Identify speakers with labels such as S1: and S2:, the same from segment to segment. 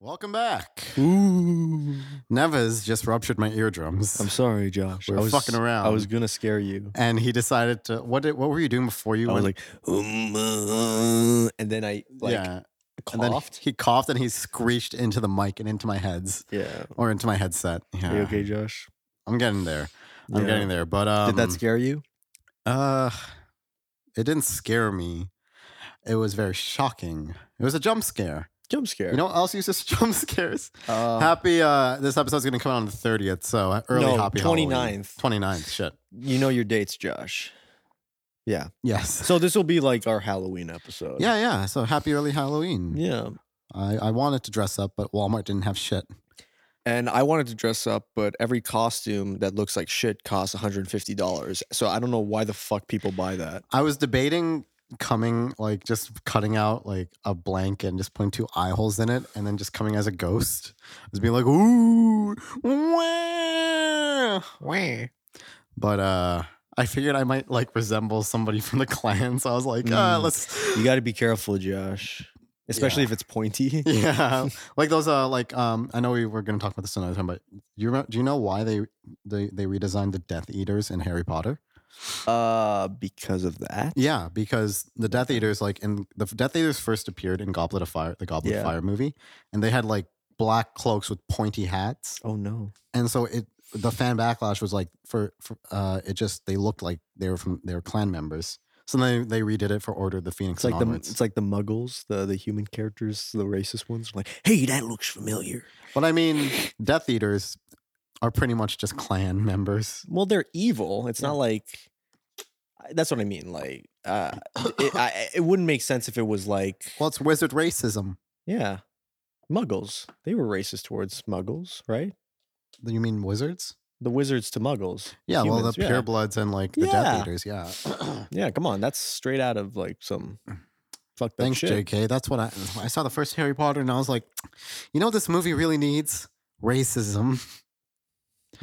S1: Welcome back.
S2: Ooh.
S1: Nevis just ruptured my eardrums,
S2: I'm sorry, Josh.
S1: We're
S2: I was
S1: fucking around.
S2: I was gonna scare you.
S1: and he decided to. What did, What were you doing before you
S2: I was
S1: went?
S2: like, um, uh, and then I like
S1: yeah, and then
S2: coughed.
S1: he coughed and he screeched into the mic and into my heads
S2: yeah.
S1: or into my headset. Yeah,
S2: Are you okay, Josh?
S1: I'm getting there. I'm
S2: Yeah.
S1: getting there. But um,
S2: Did that scare you?
S1: Uh, it didn't scare me. It was very shocking. It was a jump scare.
S2: Jump scare.
S1: You know what else uses jump scares?
S2: uh,
S1: happy. Uh, this episode's gonna come out on the thirtieth, so uh, early
S2: no,
S1: happy.
S2: 29th.
S1: 29th, Shit.
S2: you know your dates, Josh. Yeah.
S1: Yes.
S2: So uh, this will be like our Halloween episode.
S1: Yeah, yeah. So happy early Halloween.
S2: Yeah.
S1: I, I wanted to dress up, but Walmart didn't have shit.
S2: And I wanted to dress up, but every costume that looks like shit costs $150. So I don't know why the fuck people buy that.
S1: I was debating coming like just cutting out like a blank and just putting two eye holes in it and then just coming as a ghost. I was being like, ooh, wah. But uh I figured I might like resemble somebody from the clan. So I was like, uh,
S2: Mm.
S1: let's
S2: You got to be careful, Josh, especially
S1: Yeah.
S2: if it's pointy.
S1: Yeah. Like those uh like um I know we were gonna talk about this another time, but you remember, do you know why they they they redesigned the Death Eaters in Harry Potter?
S2: Uh, because of that.
S1: Yeah, because the Death Eaters, like in the Death Eaters, first appeared in Goblet of Fire, the Goblet
S2: Yeah.
S1: of Fire movie, and they had like black cloaks with pointy hats,
S2: Oh no.
S1: and so it the fan backlash was like for, for uh it just they looked like they were from they were clan members. So then they, they redid it for Order of the Phoenix.
S2: It's like
S1: and
S2: the
S1: onwards.
S2: it's like the Muggles, the the human characters, the racist ones. Are like, hey, that looks familiar.
S1: but I mean, Death Eaters are pretty much just clan members.
S2: Well, they're evil. It's
S1: Yeah.
S2: not like I- that's what I mean. Like, uh, it, I, I- it wouldn't make sense if it was like,
S1: Well, it's wizard racism.
S2: yeah, Muggles. They were racist towards Muggles, right?
S1: You mean wizards?
S2: The wizards to Muggles.
S1: Yeah, well,
S2: humans,
S1: the
S2: yeah.
S1: purebloods and like the
S2: Yeah.
S1: Death Eaters. Yeah.
S2: Yeah, come on, that's straight out of like some fucked up
S1: Thanks,
S2: Oh, shit.
S1: JK. That's what I I saw the first Harry Potter and I was like, you know what this movie really needs? Racism.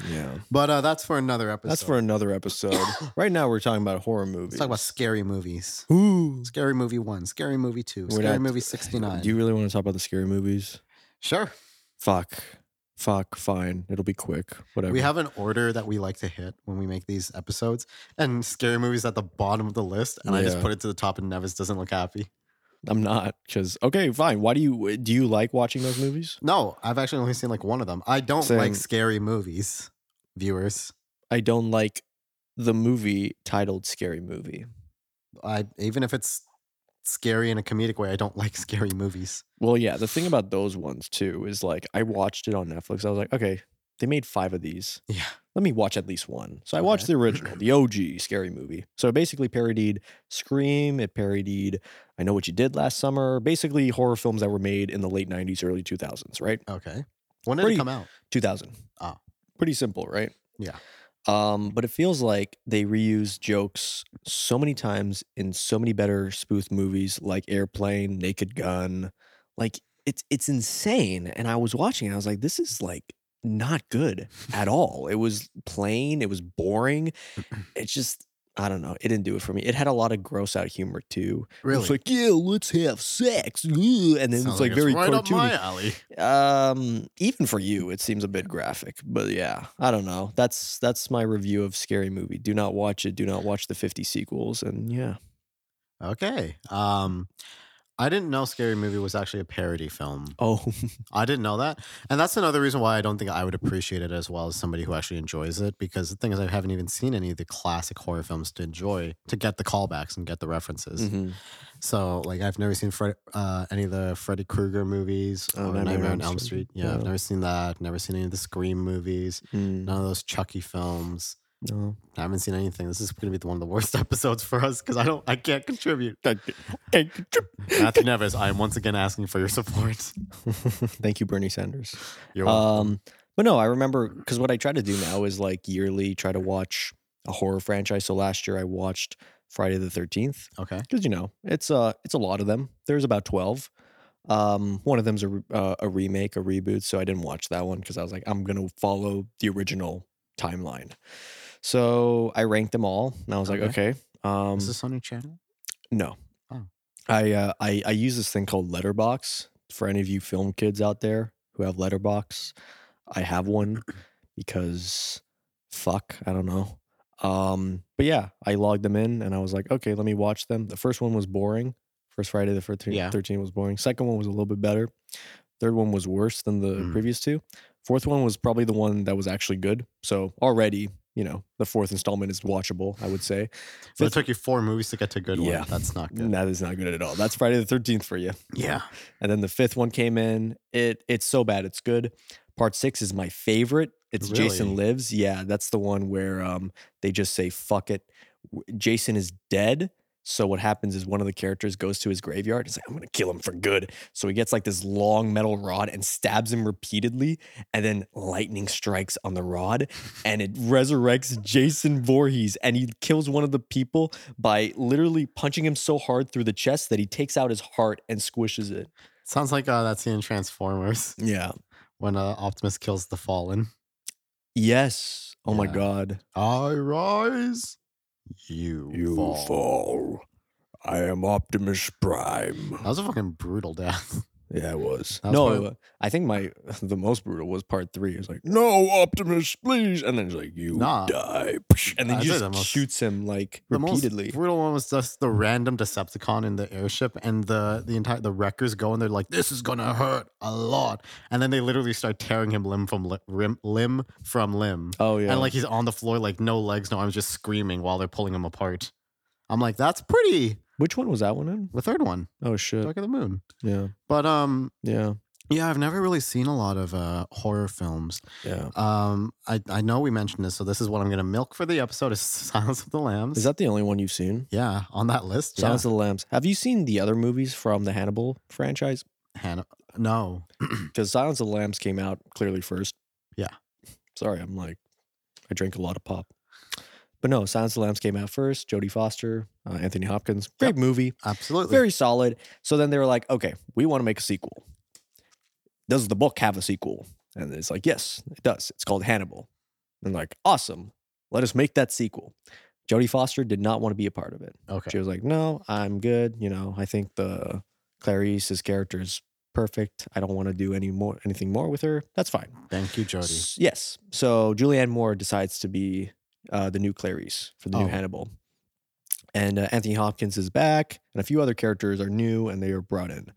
S2: Yeah,
S1: But uh, that's for another episode.
S2: that's for another episode. right now, we're talking about horror movies.
S1: Let's talk about scary movies.
S2: Ooh.
S1: Scary movie one, scary movie 2
S2: We're
S1: scary
S2: not-
S1: movie sixty nine.
S2: Do you really want to talk about the scary movies?
S1: sure.
S2: Fuck. Fuck. Fine. It'll be quick. Whatever.
S1: We have an order that we like to hit when we make these episodes, and scary movies at the bottom of the list. And I just
S2: Yeah.
S1: put it to the top, and Nevis doesn't look happy.
S2: I'm not because okay, fine. Why do you do you like watching those movies?
S1: No, I've actually only seen like one of them. I don't
S2: Same.
S1: like scary movies, viewers.
S2: I don't like the movie titled "Scary Movie."
S1: I even if it's scary in a comedic way, I don't like scary movies.
S2: Well, yeah. The thing about those ones too is like I watched it on Netflix. I was like, okay, they made five of these.
S1: Yeah.
S2: Let me watch at least one. So I watched
S1: Okay.
S2: the original, the OG Scary Movie. So it basically parodied Scream. It parodied I Know What You Did Last Summer. Basically horror films that were made in the late '90s, early 2000s, right?
S1: Okay. When did
S2: Pretty-
S1: it come out?
S2: 2000.
S1: Oh.
S2: Pretty simple, right?
S1: Yeah.
S2: Um, but it feels like they reuse jokes so many times in so many better spoof movies like Airplane, Naked Gun. Like it's it's insane. And I was watching it, I was like, this is like not good at all. It was plain, it was boring. It's just I don't know. It didn't do it for me. It had a lot of gross out humor too. It was like, yeah, let's have sex. Ugh," And then it's
S1: Sounds
S2: like, very
S1: right up
S2: cartoony.
S1: my alley.
S2: Um, even for you, it seems a bit graphic, but yeah, I don't know. That's that's my review of Scary Movie. Do not watch it. Do not watch the fifty sequels. And yeah,
S1: Okay. Um, I didn't know Scary Movie was actually a parody film.
S2: oh,
S1: I didn't know that, and that's another reason why I don't think I would appreciate it as well as somebody who actually enjoys it. Because the thing is, I haven't even seen any of the classic horror films to enjoy to get the callbacks and get the references.
S2: mhm.
S1: So, like, I've never seen Fred, uh, any of the Freddy Krueger movies
S2: Oh,
S1: or Nightmare, on Elm Street. Yeah, I've never seen that. Never seen any of the Scream movies.
S2: Mm,
S1: None of those Chucky films.
S2: no,
S1: I haven't seen anything. This is going to be one of the worst episodes for us because I don't, I can't contribute. Matthew Nevis, I am once again asking for your support.
S2: thank you, Bernie Sanders.
S1: You're welcome.
S2: Um, but no, I remember because what I try to do now is like yearly try to watch a horror franchise. So last year I watched Friday the Thirteenth.
S1: Uh, okay.
S2: because you know it's uh it's a lot of them. There's about twelve. Um, one of them's a re- uh, a remake, a reboot. So I didn't watch that one because I was like, I'm gonna follow the original timeline. So I ranked them all, and I was like, okay. Um,
S1: Is this on your channel?
S2: no,
S1: Oh.
S2: I uh, I I use this thing called Letterbox for any of you film kids out there who have letterbox i have one because fuck i don't know um but yeah i logged them in and i was like okay let me watch them the first one was boring first friday the 13th
S1: Yeah.
S2: 13 was boring second one was a little bit better third one was worse than the
S1: Mm.
S2: previous two fourth one was probably the one that was actually good so already you know the fourth installment is watchable i would say
S1: So it
S2: Fifth-
S1: took you four movies to get to good
S2: Yeah.
S1: one. That's not good.
S2: that is not good at all that's friday the 13th for you
S1: Yeah.
S2: and then the fifth one came in. It it's so bad, it's good. Part six is my favorite. It's Jason
S1: Really?
S2: Lives. Yeah, that's the one where um they just say fuck it. W- Jason is dead. So what happens is one of the characters goes to his graveyard. He's like, I'm gonna kill him for good. So he gets like this long metal rod and stabs him repeatedly, and then lightning strikes on the rod, and it resurrects Jason Voorhees, and he kills one of the people by literally punching him so hard through the chest that he takes out his heart and squishes it.
S1: Sounds like uh, that scene in Transformers
S2: Yeah.
S1: when uh, Optimus kills the Fallen.
S2: Yes. Oh my
S1: Yeah.
S2: God.
S1: I rise, you, fall.
S2: I am Optimus Prime.
S1: That was a fucking brutal death.
S2: Yeah, it was.
S1: That was
S2: no,
S1: probably-
S2: it wa- I think my the most brutal was part three. It's like, no, Optimus, please, and then it's like, you
S1: Nah.
S2: die, and then
S1: I'd
S2: he
S1: say
S2: just
S1: the most-
S2: shoots him like
S1: The
S2: repeatedly.
S1: most brutal one was just the random Decepticon in the airship, and the the entire the wreckers go and they're like, "This is gonna hurt a lot," and then they literally start tearing him limb from li- rim, limb from limb,
S2: oh yeah,
S1: and like he's on the floor, like no legs, no arms, just screaming while they're pulling him apart. I'm like, that's pretty.
S2: which one was that one in?
S1: The third one,
S2: Oh shit,
S1: Dark of the Moon.
S2: yeah,
S1: But um,
S2: yeah,
S1: yeah, I've never really seen a lot of uh horror films.
S2: yeah.
S1: Um, I, I know we mentioned this, so this is what I'm gonna milk for the episode is Silence of the Lambs.
S2: Is that the only one you've seen?
S1: yeah, on that list? Yeah.
S2: Silence of the Lambs. Have you seen the other movies from the Hannibal franchise?
S1: Hannah. No.
S2: Because Silence of the Lambs came out clearly first.
S1: Yeah.
S2: Sorry, I'm like, I drank a lot of pop. But no, Silence of the Lambs came out first. Jodie Foster, uh, Anthony Hopkins. Great
S1: Yep.
S2: movie,
S1: Absolutely.
S2: very solid. So then they were like, okay, we want to make a sequel. Does the book have a sequel? And it's like, yes, it does. It's called Hannibal. And like, awesome. Let us make that sequel. Jodie Foster did not want to be a part of it.
S1: okay.
S2: She was like, "No, I'm good. You know, I think the Clarice's character is perfect. I don't want to do any more anything more with her. That's fine."
S1: Thank you, Jody.
S2: S- yes. So Julianne Moore decides to be uh, the new Clarice for the new
S1: Oh.
S2: Hannibal, and uh, Anthony Hopkins is back, and a few other characters are new and they are brought in.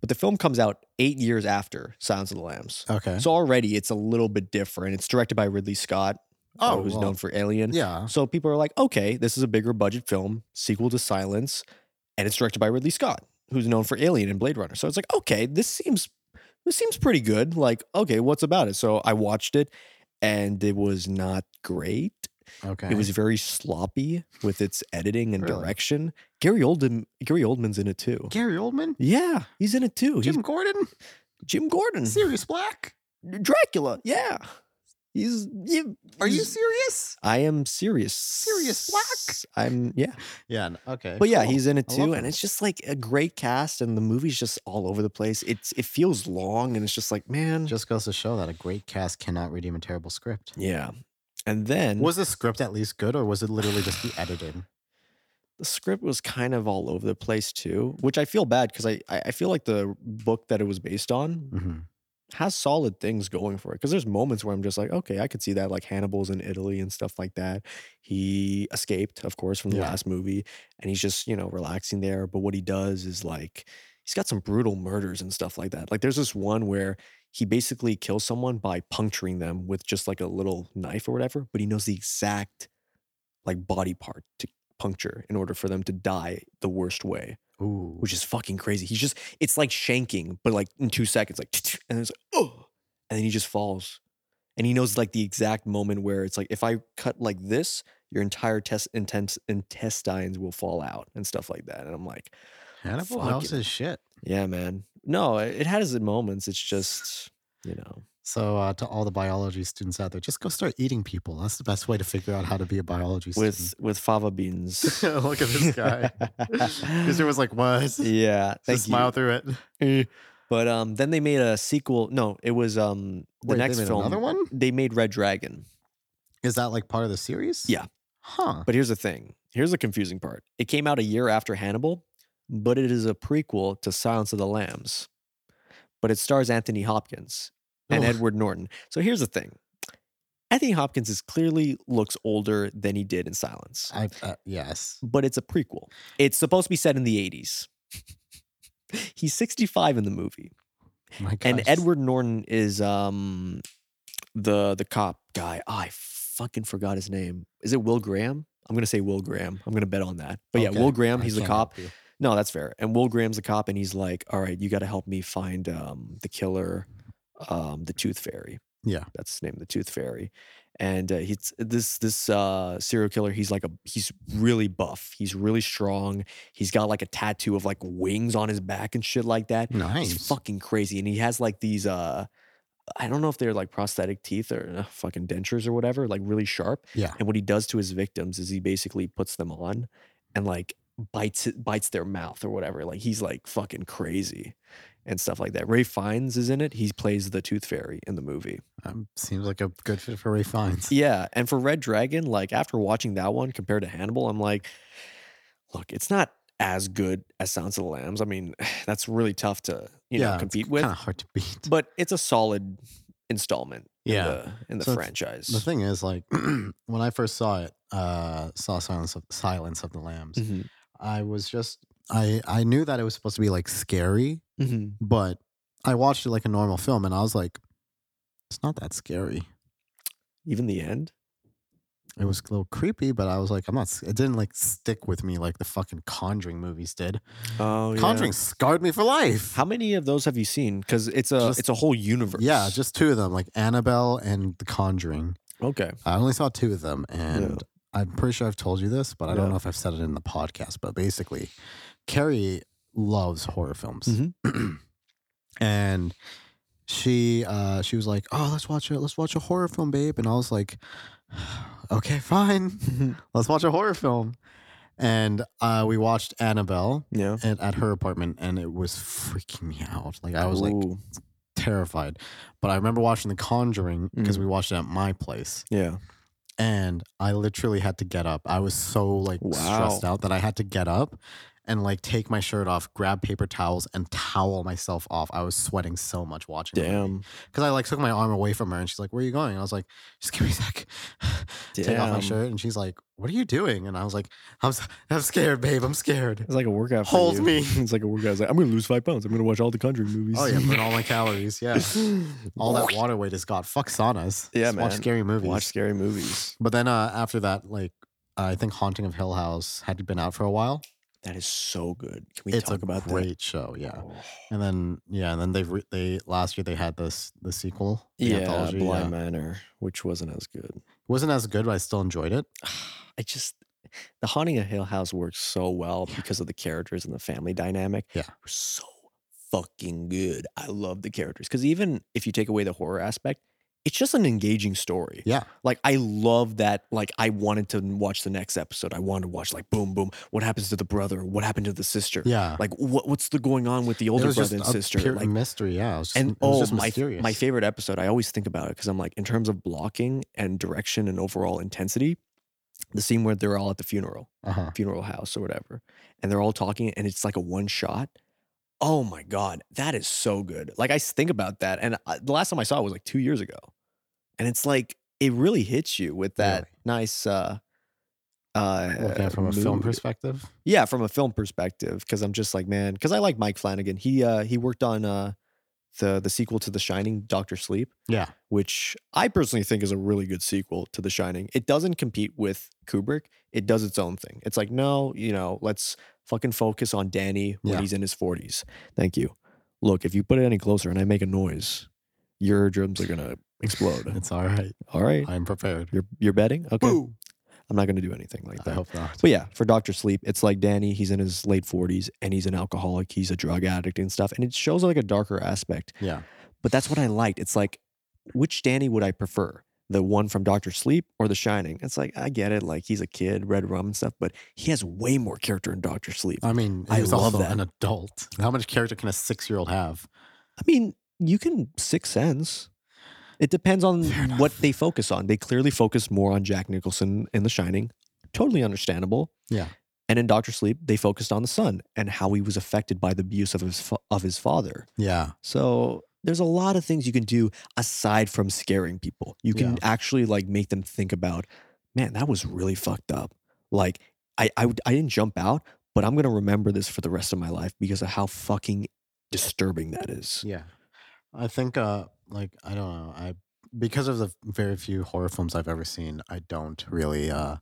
S2: But the film comes out eight years after Silence of the Lambs,
S1: Okay.
S2: so already it's a little bit different. It's directed by Ridley Scott, uh, who's
S1: Oh, well,
S2: known for Alien.
S1: yeah.
S2: So people are like, okay, this is a bigger budget film, sequel to Silence, and it's directed by Ridley Scott, who's known for Alien and Blade Runner. So it's like, okay, this seems this seems pretty good. Like, okay, what's about it? So I watched it and it was not great.
S1: Okay.
S2: It was very sloppy with its editing and
S1: Really?
S2: direction. Gary Oldman Gary Oldman's in it too.
S1: Gary Oldman,
S2: Yeah, he's in it too.
S1: Jim
S2: he's
S1: Gordon,
S2: Jim Gordon.
S1: Sirius Black.
S2: Dracula. Yeah. He's yeah,
S1: Are you
S2: he's-
S1: serious?
S2: I am serious.
S1: Sirius Black?
S2: I'm yeah.
S1: Yeah. n- Okay.
S2: But yeah,
S1: cool.
S2: he's in it
S1: I
S2: too,
S1: love
S2: and
S1: him.
S2: it's just like a great cast, and the movie's just all over the place. It's it feels long, and it's just like man,
S1: just goes to show that a great cast cannot redeem a terrible script.
S2: yeah. And then
S1: Was the script at least good, or was it literally just the editing?
S2: the script was kind of all over the place too, which I feel bad because I I I feel like the book that it was based on
S1: Mhm.
S2: has solid things going for it. Because there's moments where I'm just like, okay, I could see that, like Hannibal's in Italy and stuff like that. He escaped, of course, from the
S1: Yeah.
S2: last movie, and he's just you know relaxing there. But what he does is like he's got some brutal murders and stuff like that. Like there's this one where he basically kills someone by puncturing them with just like a little knife or whatever, but he knows the exact like body part to puncture in order for them to die the worst way,
S1: Ooh.
S2: which is fucking crazy. He's just it's like shanking, but like in two seconds, like and it's like oh, and then he just falls, and he knows like the exact moment where it's like if I cut like this, your entire test intense intestines will fall out and stuff like that. And I'm like,
S1: Hannibal
S2: Fuck
S1: knows
S2: it.
S1: his shit.
S2: yeah, man. No, it it has its moments. It's just, you know.
S1: So, uh, to all the biology students out there, just go start eating people. That's the best way to figure out how to be a biology
S2: With with fava beans.
S1: student. Look at this guy. Because it was like, what? Just
S2: yeah. Thank
S1: smile
S2: you.
S1: through it.
S2: Eh. But um then they made a sequel. No, it was um the
S1: Wait, they
S2: next
S1: made
S2: film.
S1: another one?
S2: They made Red Dragon.
S1: Is that like part of the series?
S2: Yeah.
S1: Huh.
S2: But here's the thing. Here's the confusing part. It came out a year after Hannibal, but it is a prequel to Silence of the Lambs. but it stars Anthony Hopkins and
S1: Ugh.
S2: Edward Norton. So here's the thing. Anthony Hopkins is clearly looks older than he did in Silence,
S1: I, uh, yes.
S2: but it's a prequel. It's supposed to be set in the 80s. He's 65 in the movie.
S1: My
S2: And
S1: gosh.
S2: Edward Norton is um the the cop guy. I fucking forgot his name. Is it Will Graham? I'm gonna say Will Graham. I'm gonna bet on that. But yeah,
S1: Okay,
S2: Will Graham,
S1: I
S2: he's the
S1: can't
S2: cop.
S1: help you.
S2: No, that's fair. And Will Graham's the cop, and he's like, "All right, you got to help me find um, the killer, um, the Tooth Fairy."
S1: Yeah.
S2: that's his name, the Tooth Fairy. And uh, he's this this uh, serial killer. He's like a he's really buff. He's really strong. He's got like a tattoo of like wings on his back and shit like that.
S1: Nice.
S2: He's fucking crazy, and he has like these. uh I don't know if they're like prosthetic teeth or uh, fucking dentures or whatever, like really sharp.
S1: Yeah.
S2: And what he does to his victims is he basically puts them on and like bites it- bites their mouth or whatever. Like he's like fucking crazy and stuff like that. Ray Fiennes is in it. He plays the Tooth Fairy in the movie.
S1: Um, seems like a good fit for Ray Fiennes.
S2: Yeah, and for Red Dragon, like after watching that one compared to Hannibal, I'm like, look, it's not as good as Sounds of the Lambs. I mean, that's really tough to you know compete with,
S1: Kind of hard to beat.
S2: but it's a solid installment.
S1: Yeah.
S2: in the, in the
S1: So it's-
S2: franchise.
S1: The thing is, like, when I first saw it, uh, saw Silence of, Silence of the Lambs,
S2: Mhm,
S1: I was just, I, I knew that it was supposed to be like scary,
S2: mhm.
S1: but I watched it like a normal film and I was like, it's not that scary.
S2: Even the end.
S1: It was a little creepy, but I was like, I'm not, s- it didn't like stick with me like the fucking Conjuring movies did.
S2: Oh, yeah.
S1: Conjuring scarred me for life.
S2: How many of those have you seen? Because it's a
S1: Just-
S2: it's a whole universe.
S1: yeah, just two of them, like Annabelle and The Conjuring.
S2: okay.
S1: I only saw two of them, and I'm pretty sure I've told you this, but I don't
S2: Yeah.
S1: know if I've said it in the podcast. But basically, Carrie loves horror films,
S2: Mm-hmm.
S1: and she uh, she was like, "Oh, let's watch a let's watch a horror film, babe," and I was like, "Okay, fine, let's watch a horror film." And uh, we watched Annabelle
S2: yeah.
S1: at, at her apartment, and it was freaking me out. Like I was like
S2: Ooh,
S1: terrified, but I remember watching The Conjuring because
S2: Mm.
S1: we watched it at my place
S2: yeah.
S1: and I literally had to get up. I was so like stressed
S2: Wow.
S1: out that I had to get up and like take my shirt off, grab paper towels, and towel myself off. I was sweating so much watching.
S2: Damn.
S1: Because I like took my arm away from her, and she's like, "Where are you going?" And I was like, "Just give me a sec."
S2: Damn.
S1: Take off my shirt, and she's like, "What are you doing?" And I was like, "I'm s- I'm scared, babe. I'm scared."
S2: It's like a workout. for
S1: Hold
S2: you.
S1: me.
S2: it's like a workout. It's like I'm gonna lose five pounds. I'm gonna watch all the Conjuring movies.
S1: Oh yeah, burn all my calories. Yeah, all that water weight is got. Fuck saunas.
S2: Yeah,
S1: Just Watch
S2: man.
S1: scary movies.
S2: Watch scary movies.
S1: but then uh, after that, like I think Haunting of Hill House had been out for a while.
S2: That is so good. Can we
S1: it's
S2: talk
S1: a
S2: about
S1: great show,
S2: that?
S1: yeah.
S2: Oh.
S1: And then yeah, and then they've re- they last year they had this the sequel, the
S2: Yeah,
S1: anthology, yeah.
S2: Blind Manor, which wasn't as good.
S1: wasn't as good, but I still enjoyed it.
S2: I just the Haunting of Hill House works so well because of the characters and the family dynamic.
S1: Yeah.
S2: They're so fucking good. I love the characters because even if you take away the horror aspect, it's just an engaging story.
S1: Yeah,
S2: Like I love that. Like I wanted to watch the next episode. I wanted to watch like boom boom. What happens to the brother? What happened to the sister?
S1: yeah.
S2: Like what what's the going on with the
S1: it
S2: older
S1: was
S2: brother
S1: just
S2: and
S1: a
S2: sister?
S1: pure
S2: Like
S1: mystery, yeah. It was just,
S2: and
S1: it was
S2: oh
S1: just
S2: my
S1: mysterious.
S2: my favorite episode i always think about it because i'm like in terms of blocking and direction and overall intensity the scene where they're all at the funeral
S1: Uh-huh.
S2: funeral house or whatever and they're all talking and it's like a one shot oh my god that is so good like i s- think about that and I, the last time i saw it was like two years ago and it's like it really hits you with that
S1: Really?
S2: nice uh uh
S1: Looking at it from a film
S2: mood.
S1: perspective,
S2: Yeah, from a film perspective, because I'm just like, man, because I like Mike Flanagan. He uh, he worked on uh, the the sequel to The Shining, Doctor Sleep,
S1: yeah,
S2: which I personally think is a really good sequel to The Shining. It doesn't compete with Kubrick. It does its own thing. It's like, no, you know, let's fucking focus on Danny when
S1: Yeah.
S2: he's in his 40s. Thank you. Look, if you put it any closer and I make a noise, your eardrums are gonna explode.
S1: it's all right.
S2: All right,
S1: I am prepared.
S2: you're you're betting? Okay,
S1: Boo!
S2: I'm not gonna do anything like
S1: I
S2: that.
S1: hope not.
S2: But yeah, for Dr. Sleep, it's like Danny, he's in his late 40s and he's an alcoholic, he's a drug addict and stuff. And it shows like a darker aspect.
S1: Yeah,
S2: But that's what I liked. It's like, which Danny would I prefer? The one from Dr. Sleep or The Shining? It's like, I get it. Like, he's a kid, red rum and stuff, but he has way more character in Dr. Sleep.
S1: I mean,
S2: I
S1: he was
S2: love
S1: also
S2: that.
S1: an adult. How much character can a six-year-old have?
S2: I mean, you can Sixth Sense. It depends on
S1: Fair enough.
S2: what they focus on. They clearly focus more on Jack Nicholson in The Shining. Totally understandable.
S1: Yeah.
S2: And in Doctor Sleep, they focused on the son and how he was affected by the abuse of his fa- of his father.
S1: Yeah.
S2: So there's a lot of things you can do aside from scaring people. You can
S1: Yeah.
S2: actually like make them think about, man, that was really fucked up. Like I, I would- I didn't jump out, but I'm gonna remember this for the rest of my life because of how fucking disturbing that is.
S1: Yeah. I think uh like I don't know. I because of the very few horror films I've ever seen, I don't really uh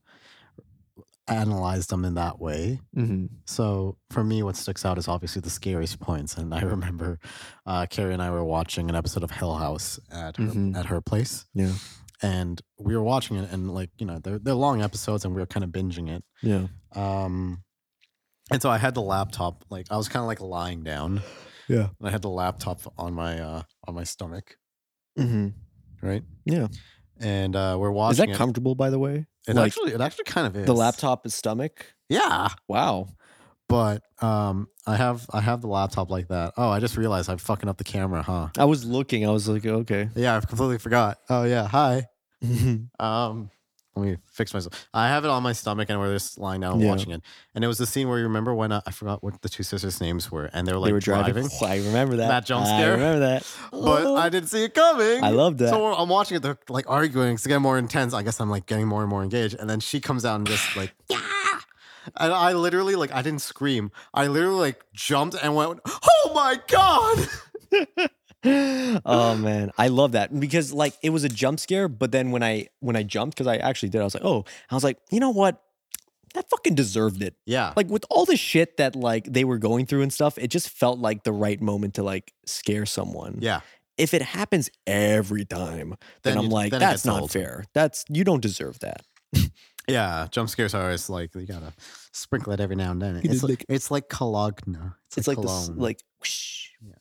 S1: analyze them in that way.
S2: Mm-hmm.
S1: So for me what sticks out is obviously the scariest points and I remember uh Carrie and I were watching an episode of Hill House at her,
S2: Mhm.
S1: at her place.
S2: Yeah.
S1: And we were watching it and like, you know, they're they're long episodes and we were kind of binging it.
S2: Yeah.
S1: Um, and so I had the laptop, like I was kind of like lying down.
S2: Yeah.
S1: And I had the laptop on my uh on my stomach,
S2: Mm-hmm.
S1: right?
S2: Yeah.
S1: And uh we're
S2: Is
S1: watching
S2: that
S1: it.
S2: comfortable, by the way?
S1: it
S2: like,
S1: actually it actually kind of is.
S2: The laptop is stomach.
S1: Yeah.
S2: Wow.
S1: But um I have I have the laptop like that. Oh, I just realized I'm fucking up the camera, huh?
S2: I was looking. I was like, okay.
S1: Yeah, I completely forgot. Oh yeah, hi.
S2: Mm-hmm.
S1: Um let me fix myself. I have it on my stomach and we're just lying down and
S2: Yeah.
S1: watching it. And it was the scene where you remember when uh, I forgot what the two sisters' names were and they were like
S2: they were driving.
S1: driving.
S2: Oh, I remember that.
S1: That jump
S2: I
S1: scare.
S2: remember that.
S1: but I didn't see it coming.
S2: I loved that.
S1: So I'm watching it, they're like arguing, it's getting more intense. I guess I'm like getting more and more engaged. And then she comes out and just like, yeah. And I literally, like, I didn't scream. I literally, like, jumped and went, oh my God.
S2: oh man, I love that because like it was a jump scare, but then when I when I jumped because I actually did, I was like, oh, I was like, you know what, that fucking deserved it.
S1: Yeah.
S2: Like with all the shit that like they were going through and stuff, it just felt like the right moment to like scare someone.
S1: yeah.
S2: If it happens every time, then,
S1: Then
S2: I'm
S1: you-
S2: like,
S1: then it
S2: that's
S1: gets
S2: not
S1: old."
S2: fair. That's you don't deserve that.
S1: Yeah. Jump scares are always like, you gotta sprinkle it every now and then.
S2: You
S1: It's
S2: did
S1: like, it's like Cologne. It's,
S2: It's
S1: like
S2: like this,
S1: Cologne.
S2: like, whoosh.
S1: Yeah.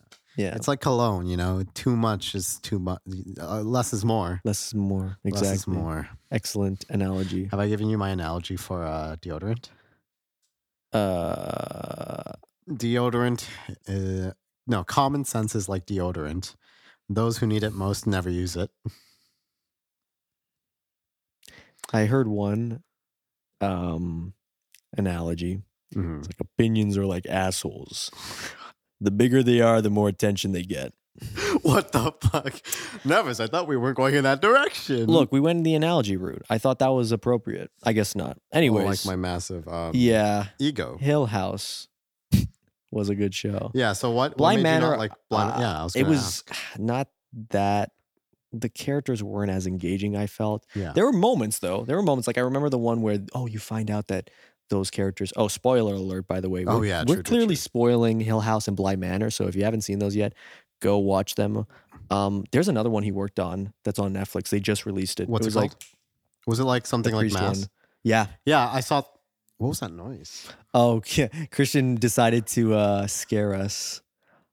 S2: yeah,
S1: it's like cologne, you know. Too much is too much. Uh, less is more.
S2: less is more. Exactly.
S1: Less is more.
S2: Excellent analogy.
S1: Have I given you my analogy for uh, deodorant?
S2: Uh,
S1: deodorant uh, no common sense is like deodorant those who need it most never use it
S2: I heard one um analogy.
S1: Mhm.
S2: It's like opinions are like assholes. The bigger they are, the more attention they get.
S1: what the fuck nervous i thought we weren't going in that direction
S2: Look, we went the analogy route. I thought that was appropriate. I guess not.
S1: Or
S2: Anyways,
S1: Oh, like my massive um,
S2: yeah,
S1: ego
S2: Hill House was a good show.
S1: yeah so what
S2: Blind
S1: what made you not
S2: Manor,
S1: like blind
S2: uh,
S1: yeah i was
S2: it
S1: gonna
S2: was
S1: ask.
S2: not that the characters weren't as engaging. I felt
S1: yeah
S2: There were moments though. There were moments like I remember the one where oh you find out that those characters. Oh, spoiler alert by the way.
S1: Oh,
S2: We're-
S1: yeah,
S2: we're
S1: true, true,
S2: clearly
S1: true.
S2: spoiling Hill House and Bly Manor. So if you haven't seen those yet, go watch them. Um, there's another one he worked on that's on Netflix. They just released it.
S1: what's it,
S2: it was
S1: called
S2: like
S1: was it like
S2: the
S1: something like
S2: priest
S1: mass
S2: one. Yeah.
S1: yeah i saw what was that noise
S2: Oh, yeah. Christian decided to uh, scare us.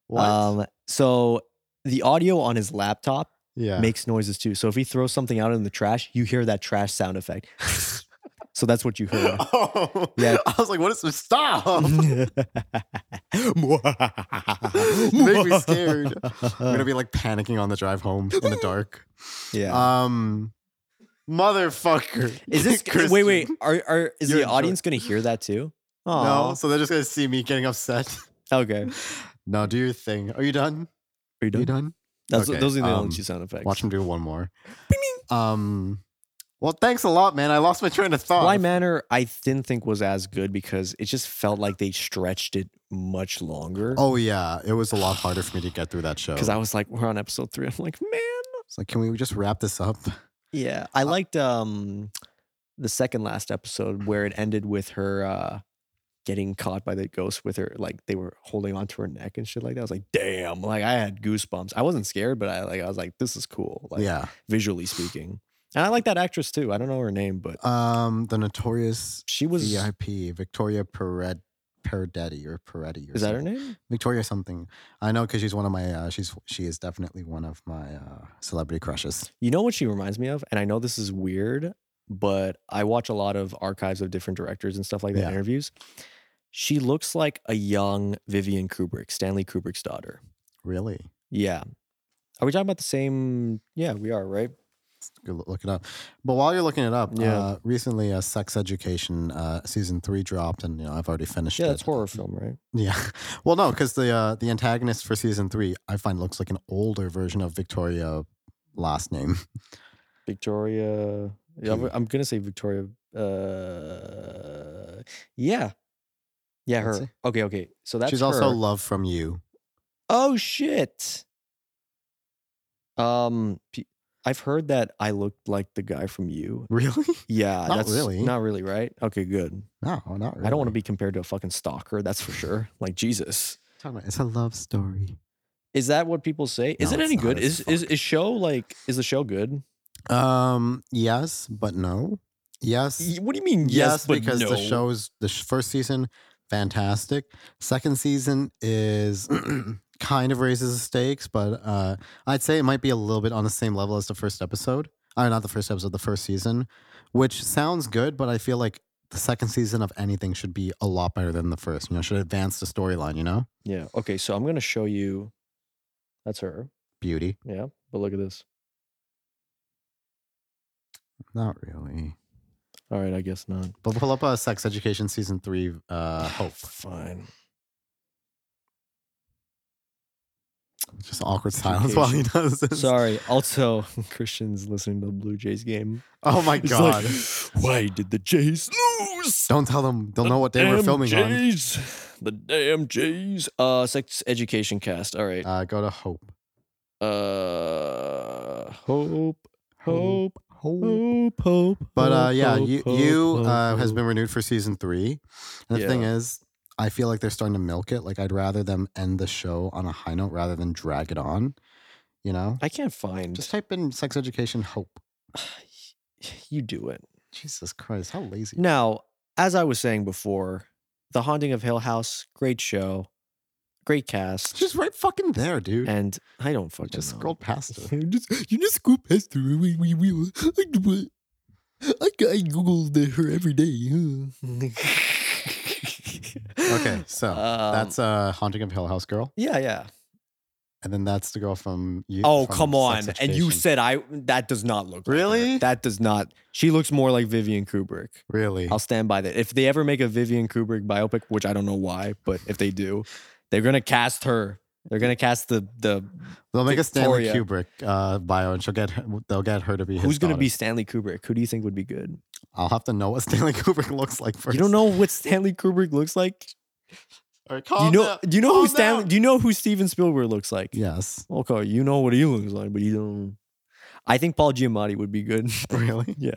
S1: what
S2: Um, so the audio on his laptop
S1: yeah
S2: makes noises too. So if he throws something out in the trash, you hear that trash sound effect. so that's what you heard.
S1: oh
S2: Yeah. Mm-hmm.
S1: i was like what is this stop
S2: Make
S1: me scared. I'm gonna be like panicking on the drive home in the dark.
S2: Yeah.
S1: Um, motherfucker.
S2: is this wait
S1: Christian.
S2: wait? Are are is
S1: You're in
S2: the
S1: trouble.
S2: audience gonna hear that too?
S1: No,
S2: Oh.
S1: so they're just gonna see me getting upset.
S2: Okay. Are
S1: No, do your thing. Are you done?
S2: you
S1: Are you
S2: done?
S1: done?
S2: That's,
S1: Okay,
S2: Those are the
S1: um,
S2: only two sound effects.
S1: Watch him do one more. Um, well, thanks a lot, man. I lost my train of thought.
S2: Bly Manor, I didn't think was as good because it just felt like they stretched it much longer.
S1: Oh yeah, it was a lot harder for me to get through that show.
S2: Because I was like, we're on episode three. I'm like, man.
S1: It's like, can we just wrap this up?
S2: Yeah.
S1: Uh
S2: I liked um the second last episode where it ended with her uh getting caught by the ghost with her like they were holding onto her neck and shit like that. I was like, damn, like I had goosebumps. I wasn't scared, but I like I was like, this is cool. Like
S1: yeah.
S2: visually speaking. And I like that actress too. I don't know her name, but
S1: Um, the notorious
S2: she was
S1: VIP Victoria Pered Peredetti or Peretti. Or
S2: is that her
S1: something.
S2: name?
S1: Victoria something. I know because she's one of my. Uh, she's she is definitely one of my uh, celebrity crushes.
S2: You know what she reminds me of? And I know this is weird, but I watch a lot of archives of different directors and stuff like that,
S1: Yeah.
S2: interviews. She looks like a young Vivian Kubrick, Stanley Kubrick's daughter.
S1: Really?
S2: Yeah. Are we talking about the same? Yeah, we are, right?
S1: Go loo- look it up. But while you're looking it up,
S2: Yeah.
S1: uh, recently, uh, Sex Education uh, season three dropped, and you know I've already finished
S2: Yeah,
S1: it.
S2: that's horror film, right?
S1: Yeah. Well, no, because the uh, the antagonist for season three, I find looks like an older version of Victoria last name.
S2: Victoria. Yeah, I'm,
S1: Who?
S2: I'm gonna say Victoria. Uh, yeah, yeah,
S1: Let's
S2: her.
S1: see.
S2: Okay, okay. So that's
S1: She's also
S2: her.
S1: Love from You.
S2: oh shit. Um, pe- I've heard that I looked like the guy from You.
S1: Really?
S2: Yeah,
S1: Not
S2: that's
S1: really.
S2: Not really, right? Okay, good.
S1: No, Oh, not really.
S2: I don't want to be compared to a fucking stalker. That's for sure. Like Jesus.
S1: talking about. It's a love story.
S2: Is that what people say? Is
S1: No,
S2: it
S1: it's
S2: any
S1: not
S2: good?
S1: as
S2: Is, is
S1: fuck.
S2: is show like is the show good?
S1: Um. Yes, but no. Yes.
S2: Y- What do you mean? Yes,
S1: yes,
S2: but
S1: because
S2: no?
S1: the show's the sh- first season fantastic. Second season is kind of raises the stakes, but uh, I'd say it might be a little bit on the same level as the first episode. Uh, not the first episode, the first season, which sounds good, but I feel like the second season of anything should be a lot better than the first. You know, should advance the storyline. You know,
S2: Yeah. Okay. So I'm gonna show you. That's her.
S1: beauty.
S2: Yeah. But look at this.
S1: Not really.
S2: All right. I guess not.
S1: But pull up a sex education season three. Uh, hope
S2: oh, Fine.
S1: just awkward silence while he does this.
S2: Sorry. Also, Christian's listening to the Blue Jays game.
S1: Oh my
S2: He's
S1: god.
S2: like, Why did the Jays lose?
S1: Don't tell them. They'll know what they were
S2: Damn
S1: filming on.
S2: Jays. The damn Jays. Uh, sex education cast. All right.
S1: Uh, go to Hope.
S2: Uh, hope,
S1: Hope,
S2: hope, hope, hope.
S1: But uh, yeah,
S2: hope,
S1: you
S2: hope,
S1: you
S2: hope,
S1: uh, has
S2: hope.
S1: been renewed for season three, and the thing
S2: Yeah.
S1: is, I feel like they're starting to milk it. Like I'd rather them end the show on a high note rather than drag it on. You know,
S2: I can't find.
S1: just type in sex education Hope.
S2: you do it.
S1: Jesus Christ, how lazy!
S2: Now, as I was saying before, The Haunting of Hill House, great show, great
S1: It's
S2: cast,
S1: just right fucking there, dude.
S2: and I don't fucking
S1: just
S2: know.
S1: scrolled past it.
S2: You just, you just scroll past her. We, we, we, I, do it. I, I googled her every day. huh?
S1: Okay, so
S2: Um,
S1: that's uh, Haunting of Hill House girl,
S2: yeah, yeah.
S1: and then that's the girl from you.
S2: Oh
S1: from
S2: come on!
S1: Sex
S2: And you
S1: Education.
S2: said I that does not look like her.
S1: Really?
S2: That does not. She looks more like Vivian Kubrick.
S1: really?
S2: I'll stand by that. If they ever make a Vivian Kubrick biopic, which I don't know why, but if they do, they're gonna cast her. They're gonna cast the the
S1: They'll make a Stanley
S2: Victoria.
S1: Kubrick uh, bio, and she'll get her, they'll get her to be his
S2: who's gonna
S1: daughter.
S2: be Stanley Kubrick. Who do you think would be good?
S1: I'll have to know what Stanley Kubrick looks like first.
S2: You don't know what Stanley Kubrick looks like.
S1: All right,
S2: Do you
S1: calm
S2: know?
S1: down.
S2: Do you know who
S1: Calm
S2: Stanley?
S1: down.
S2: Do you know who Steven Spielberg looks like?
S1: Yes.
S2: Okay, you know what he looks like, but you don't. I think Paul Giamatti would be good.
S1: Really?
S2: Yeah.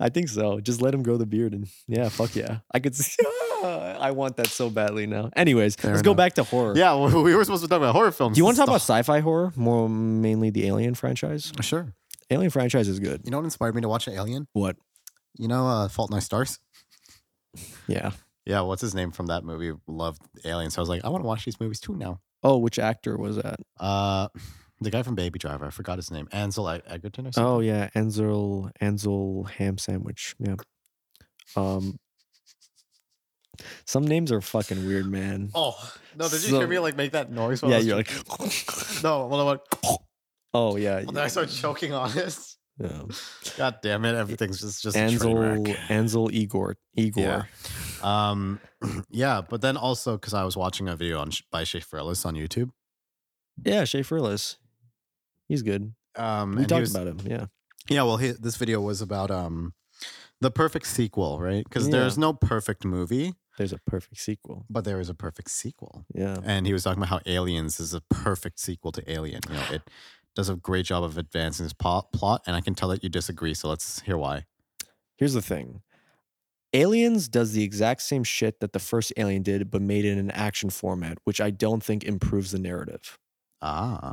S2: I think so. Just let him grow the beard and yeah, fuck yeah. I could see I want that so badly now. Anyways,
S1: Fair
S2: let's go
S1: enough.
S2: back to horror.
S1: Yeah, we we were supposed to talk about horror films.
S2: Do you want to talk about sci-fi horror? More mainly the Alien franchise.
S1: about? Sure.
S2: Alien franchise is good.
S1: You know what inspired me to watch Alien?
S2: What?
S1: You know, uh, Fault in Our Stars.
S2: Yeah.
S1: Yeah, what's his name from that movie? Loved Alien, so I was like, I want to watch these movies too now.
S2: Oh, which actor was that?
S1: Uh, the guy from Baby Driver, I forgot his name, Ansel E- Egerton or something.
S2: Oh yeah, Ansel Ansel ham sandwich. Yeah. Um. Some names are fucking weird, man.
S1: Oh no! Did you
S2: So-
S1: hear me like make that noise? when I
S2: yeah,
S1: was
S2: you're like.
S1: choking? No, well, I went,
S2: oh yeah.
S1: well, then I started choking on this.
S2: yeah.
S1: God damn it! Everything's just just a train wreck.
S2: Ansel Ansel Igor Igor.
S1: Yeah. Um, yeah, but then also because I was watching a video on by Schaefer Ellis on YouTube.
S2: Yeah, Schaefer Ellis. He's good.
S1: Um,
S2: We
S1: and he
S2: talked
S1: was-
S2: about him. Yeah.
S1: Yeah, well, he, this video was about um, the perfect sequel, right? Because
S2: Yeah.
S1: there's no perfect movie,
S2: There's a perfect sequel.
S1: but there is a perfect sequel.
S2: Yeah.
S1: And he was talking about how Aliens is a perfect sequel to Alien. You know, it does a great job of advancing this plot, plot, and I can tell that you disagree. So let's hear why.
S2: Here's the thing Aliens does the exact same shit that the first Alien did, but made it in an action format, which I don't think improves the narrative.
S1: Ah,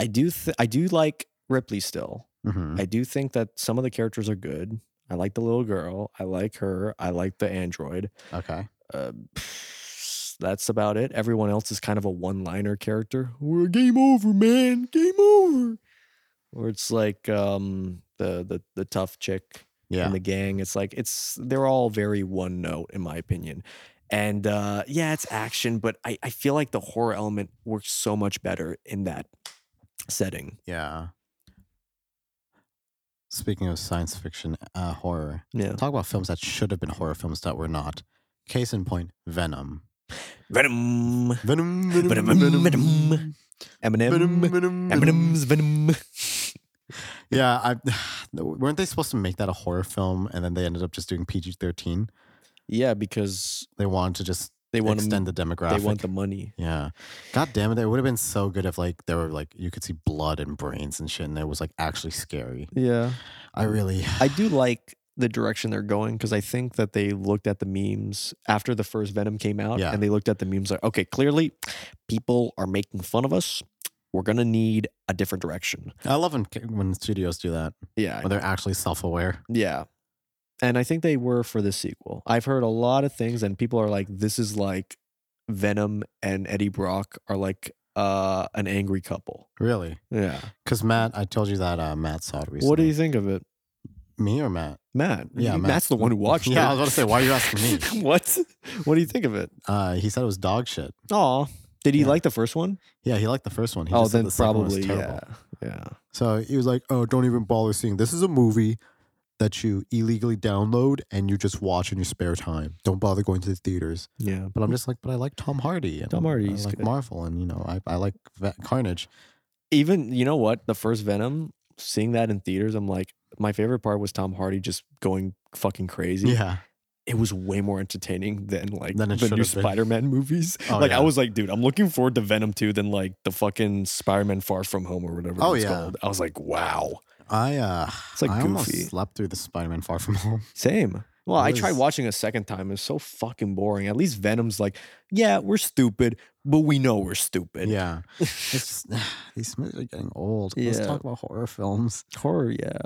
S2: I do, th- I do like Ripley still.
S1: mhm.
S2: I do think that some of the characters are good. I like the little girl. I like her. I like the android.
S1: okay.
S2: Uh, that's about it. Everyone else is kind of a one-liner character. We're game over, man. Game over. Or it's like um, the the the tough chick in
S1: Yeah.
S2: the gang. It's like it's they're all very one note in my opinion. And uh, yeah, it's action, but I, I feel like the horror element works so much better in that setting.
S1: Yeah. Speaking of science fiction uh, horror,
S2: Yeah.
S1: talk about films that should have been horror films that were not. Case in point, Venom.
S2: Venom.
S1: Venom.
S2: Venom, Venom. Eminem.
S1: Venom,
S2: Eminem's Venom.
S1: Yeah, I, weren't they supposed to make that a horror film, and then they ended up just doing PG thirteen?
S2: yeah, because
S1: They wanted to just
S2: they want 'em-
S1: extend the demographic.
S2: They want the money.
S1: yeah, god damn it! It would have been so good if like there were like you could see blood and brains and shit, and it was like actually scary.
S2: Yeah.
S1: I really,
S2: I do like the direction they're going because I think that they looked at the memes after the first Venom came out
S1: Yeah.
S2: and they looked at the memes like, okay, clearly people are making fun of us. We're going to need a different direction.
S1: I love when when studios do that
S2: Yeah.
S1: when they're actually self aware.
S2: Yeah. And I think they were for the sequel. I've heard a lot of things, and people are like, this is like Venom and Eddie Brock are like uh, an angry couple.
S1: Really,
S2: Yeah.
S1: because Matt, I told you that uh, Matt saw it recently.
S2: What do you think of it?
S1: me or Matt?
S2: Matt.
S1: Yeah,
S2: you-
S1: Matt.
S2: Matt's the one who watched it.
S1: Yeah, I was about to say, why are you asking
S2: me? what? What do you think of it?
S1: Uh, he said it was dog shit.
S2: Aw. Did he
S1: Yeah.
S2: like the first one?
S1: Yeah, he liked the first one. He
S2: oh,
S1: just said
S2: then
S1: the second one was
S2: probably.
S1: terrible.
S2: Yeah. Yeah.
S1: So he was like, "Oh, don't even bother seeing. This is a movie that you illegally download and you just watch in your spare time. Don't bother going to the theaters."
S2: Yeah.
S1: But I'm just like, "But I like Tom Hardy. And
S2: Tom
S1: I
S2: Hardy's
S1: like
S2: good.
S1: Marvel, and you know, I I like Va- Carnage.
S2: Even, you know what? The first Venom, seeing that in theaters, I'm like, my favorite part was Tom Hardy just going fucking crazy.
S1: Yeah,
S2: it was way more entertaining than like
S1: Than it
S2: the
S1: should
S2: new
S1: have been.
S2: Spider-Man movies.
S1: Oh,
S2: like
S1: yeah.
S2: I was like, dude, I'm looking forward to Venom 2 than like the fucking Spider-Man Far From Home or whatever.
S1: Oh,
S2: it's
S1: yeah.
S2: called. I was like, wow.
S1: I uh,
S2: It's like
S1: I
S2: goofy.
S1: almost slept through the Spider-Man Far From Home.
S2: Same. Well,
S1: It
S2: I tried
S1: was-
S2: watching a second time. It's so fucking boring. At least Venom's like, yeah, we're stupid, but we know we're stupid.
S1: Yeah, it's just these movies are getting old. Let's
S2: Yeah.
S1: talk about horror films.
S2: Horror, yeah.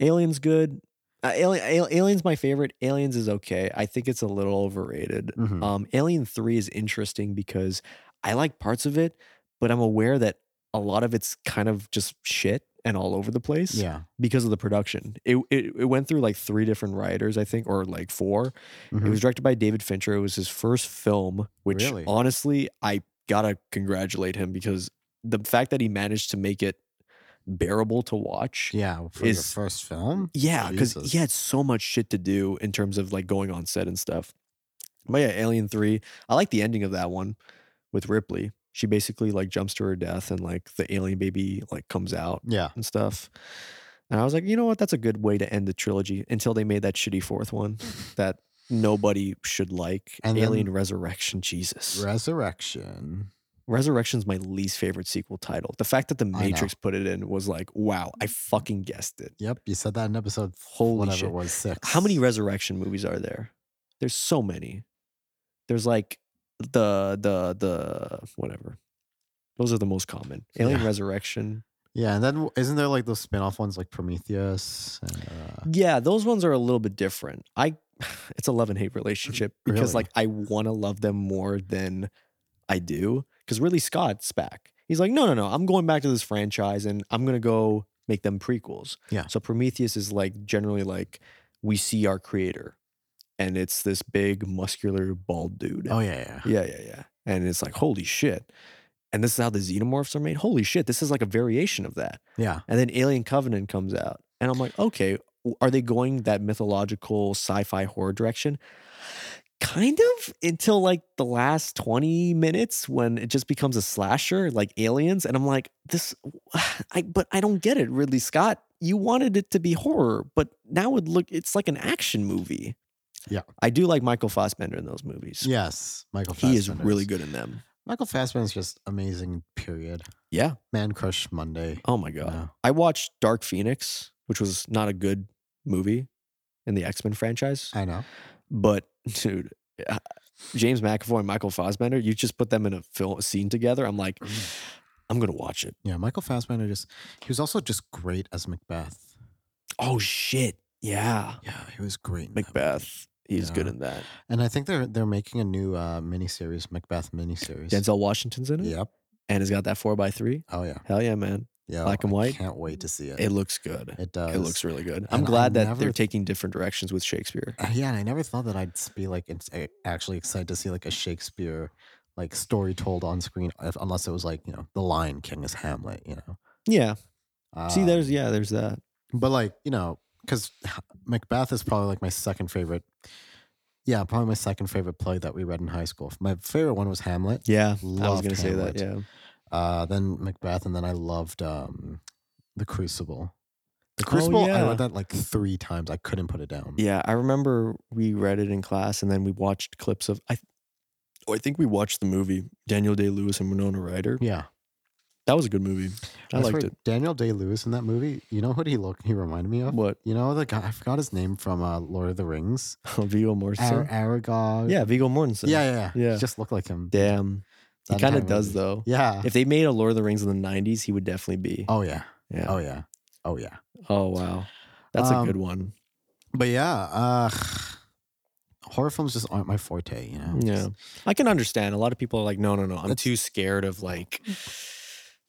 S2: Alien's good. Uh, Alien, Al- Alien's my favorite. Aliens is okay. I think it's a little overrated.
S1: Mhm.
S2: Um, Alien 3 is interesting because I like parts of it, but I'm aware that a lot of it's kind of just shit and all over the place
S1: yeah,
S2: because of the production. It, it it went through like three different writers, I think, or like 4 It
S1: Mhm.
S2: was directed by David Fincher. It was his first film, which
S1: Really?
S2: honestly, I gotta congratulate him because the fact that he managed to make it bearable to watch.
S1: yeah. For your
S2: is-
S1: first film,
S2: Yeah, because
S1: Jesus.
S2: he had so much shit to do in terms of like going on set and stuff. But yeah, Alien 3. I like the ending of that one with Ripley. She basically like jumps to her death and like the alien baby like comes out
S1: yeah.
S2: and stuff. And I was like, you know what? That's a good way to end the trilogy until they made that shitty fourth one that nobody should like.
S1: And then-
S2: Alien Resurrection, Jesus.
S1: Resurrection.
S2: Resurrection's my least favorite sequel title. The fact that The
S1: know.
S2: Matrix put it in was like, wow, I fucking guessed it.
S1: Yep, you said that in episode
S2: Holy
S1: whatever
S2: shit.
S1: it was six.
S2: How many resurrection movies are there? There's so many. There's like the the the whatever. Those are the most common. Alien
S1: Yeah.
S2: Resurrection.
S1: Yeah, and then w- isn't there like those spin-off ones like Prometheus? And, uh,
S2: Yeah, those ones are a little bit different. I it's a love and hate relationship
S1: Really?
S2: because like I want to love them more than I do cuz really Scott's back. He's like, "No, no, no. I'm going back to this franchise and I'm going to go make them prequels."
S1: Yeah.
S2: So Prometheus is like generally like we see our creator and it's this big muscular bald dude.
S1: oh yeah, yeah.
S2: Yeah, yeah, yeah. And it's like, holy shit. And this is how the xenomorphs are made. Holy shit, this is like a variation of that.
S1: Yeah.
S2: And then Alien Covenant comes out. And I'm like, okay, w- are they going that mythological sci fi horror direction? Kind of until like the last 20 minutes when it just becomes a slasher, like aliens. And I'm like, this, I, but I don't get it, Ridley Scott. You wanted it to be horror, but now it look, it's like an action movie.
S1: Yeah.
S2: I do like Michael Fassbender in those movies.
S1: Yes, Michael.
S2: He is
S1: Fassbender
S2: really good in them.
S1: Michael Fassbender's just amazing. Period.
S2: Yeah.
S1: Man Crush Monday.
S2: Oh my god.
S1: No.
S2: I watched Dark Phoenix, which was not a good movie in the X Men franchise,
S1: I know.
S2: but dude, uh, James McAvoy and Michael Fassbender, you just put them in a film scene together. I'm like,
S1: Mm.
S2: I'm gonna watch it.
S1: Yeah, Michael Fassbender just. He was also just great as Macbeth.
S2: Oh shit. Yeah.
S1: Yeah, he was great. in that movie.
S2: Macbeth. He's good
S1: Yeah.
S2: in that.
S1: And I think they're they're making a new uh, miniseries, Macbeth miniseries.
S2: Denzel Washington's in it.
S1: Yep.
S2: And it's got that four by three.
S1: Oh yeah.
S2: Hell yeah, man.
S1: Yeah.
S2: Black and
S1: I
S2: white.
S1: Can't wait to see it.
S2: It looks good.
S1: It does.
S2: It looks really good. I'm
S1: And I
S2: glad that
S1: never-
S2: they're taking different directions with Shakespeare.
S1: Uh, yeah, and I never thought that I'd s- be like it's a- actually excited to see like a Shakespeare like story told on screen, if, unless it was like you know The Lion King is Hamlet, you know.
S2: Yeah. See, there's
S1: Um,
S2: yeah, there's that.
S1: But like, you know, because Macbeth is probably like my second favorite. Yeah, probably my second favorite play that we read in high school. My favorite one was Hamlet.
S2: Yeah, I was
S1: Loved
S2: gonna say that. Yeah,
S1: Uh, then Macbeth, and then I loved um, The Crucible. The Crucible, I
S2: Oh, yeah.
S1: read that like three times. I couldn't put it down.
S2: yeah. I remember we read it in class, and then we watched clips of. I, oh, I think we watched the movie Daniel Day Lewis and Winona Ryder.
S1: Yeah.
S2: That was a good movie. I
S1: That's
S2: liked
S1: where
S2: it.
S1: Daniel Day Lewis in that movie, you know what he looked he reminded me of?
S2: What?
S1: You know the guy I forgot his name from uh, Lord of the Rings.
S2: Oh, Viggo
S1: Ar-
S2: Mortensen.
S1: Aragog.
S2: yeah, Viggo Mortensen.
S1: Yeah, yeah, yeah.
S2: Yeah.
S1: He just looked like him.
S2: Damn. He
S1: That
S2: kind
S1: entire
S2: of does
S1: movie.
S2: though.
S1: Yeah.
S2: If they made a Lord of the Rings in the '90s, he would definitely be.
S1: Oh yeah.
S2: yeah.
S1: Oh yeah. Oh yeah.
S2: Oh wow, that's a
S1: Um,
S2: good one.
S1: But yeah, uh horror films just aren't my forte, you know.
S2: Yeah,
S1: Just
S2: I can understand. A lot of people are like, no, no, no. I'm
S1: That's-
S2: too scared of like.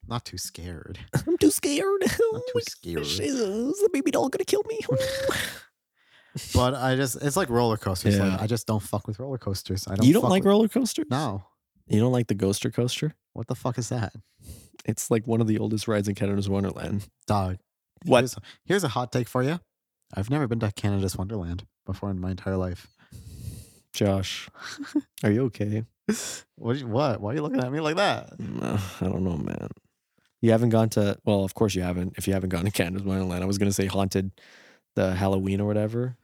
S1: Not too scared.
S2: I'm too scared.
S1: Not too scared.
S2: Is the baby doll gonna kill me?
S1: but I just it's like roller coasters.
S2: Yeah.
S1: Like, I just don't fuck with roller coasters. I don't
S2: you don't
S1: fuck
S2: like
S1: with-
S2: roller coasters?
S1: No.
S2: You don't like the Ghoster Coaster?
S1: What the fuck is that?
S2: It's like one of the oldest rides in Canada's Wonderland.
S1: Dog.
S2: What?
S1: Here's, here's a hot take for you. I've never been to Canada's Wonderland before in my entire life.
S2: Josh, are you okay?
S1: What? you- What? Why are you looking at me like that?
S2: Uh, I don't know, man. You haven't gone to well, of course you haven't. If you haven't gone to Canada's Wonderland, I was gonna say haunted, the Halloween or whatever.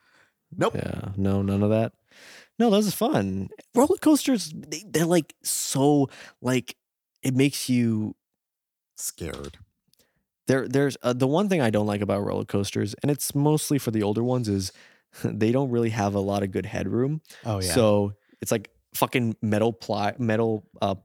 S1: Nope.
S2: Yeah, no, none of that. No, that was fun. Roller coasters, they, they're like so like it makes you
S1: Scared.
S2: there there's uh, the one thing I don't like about roller coasters and it's mostly for the older ones is they don't really have a lot of good headroom.
S1: Oh yeah.
S2: So it's like fucking metal ply metal uh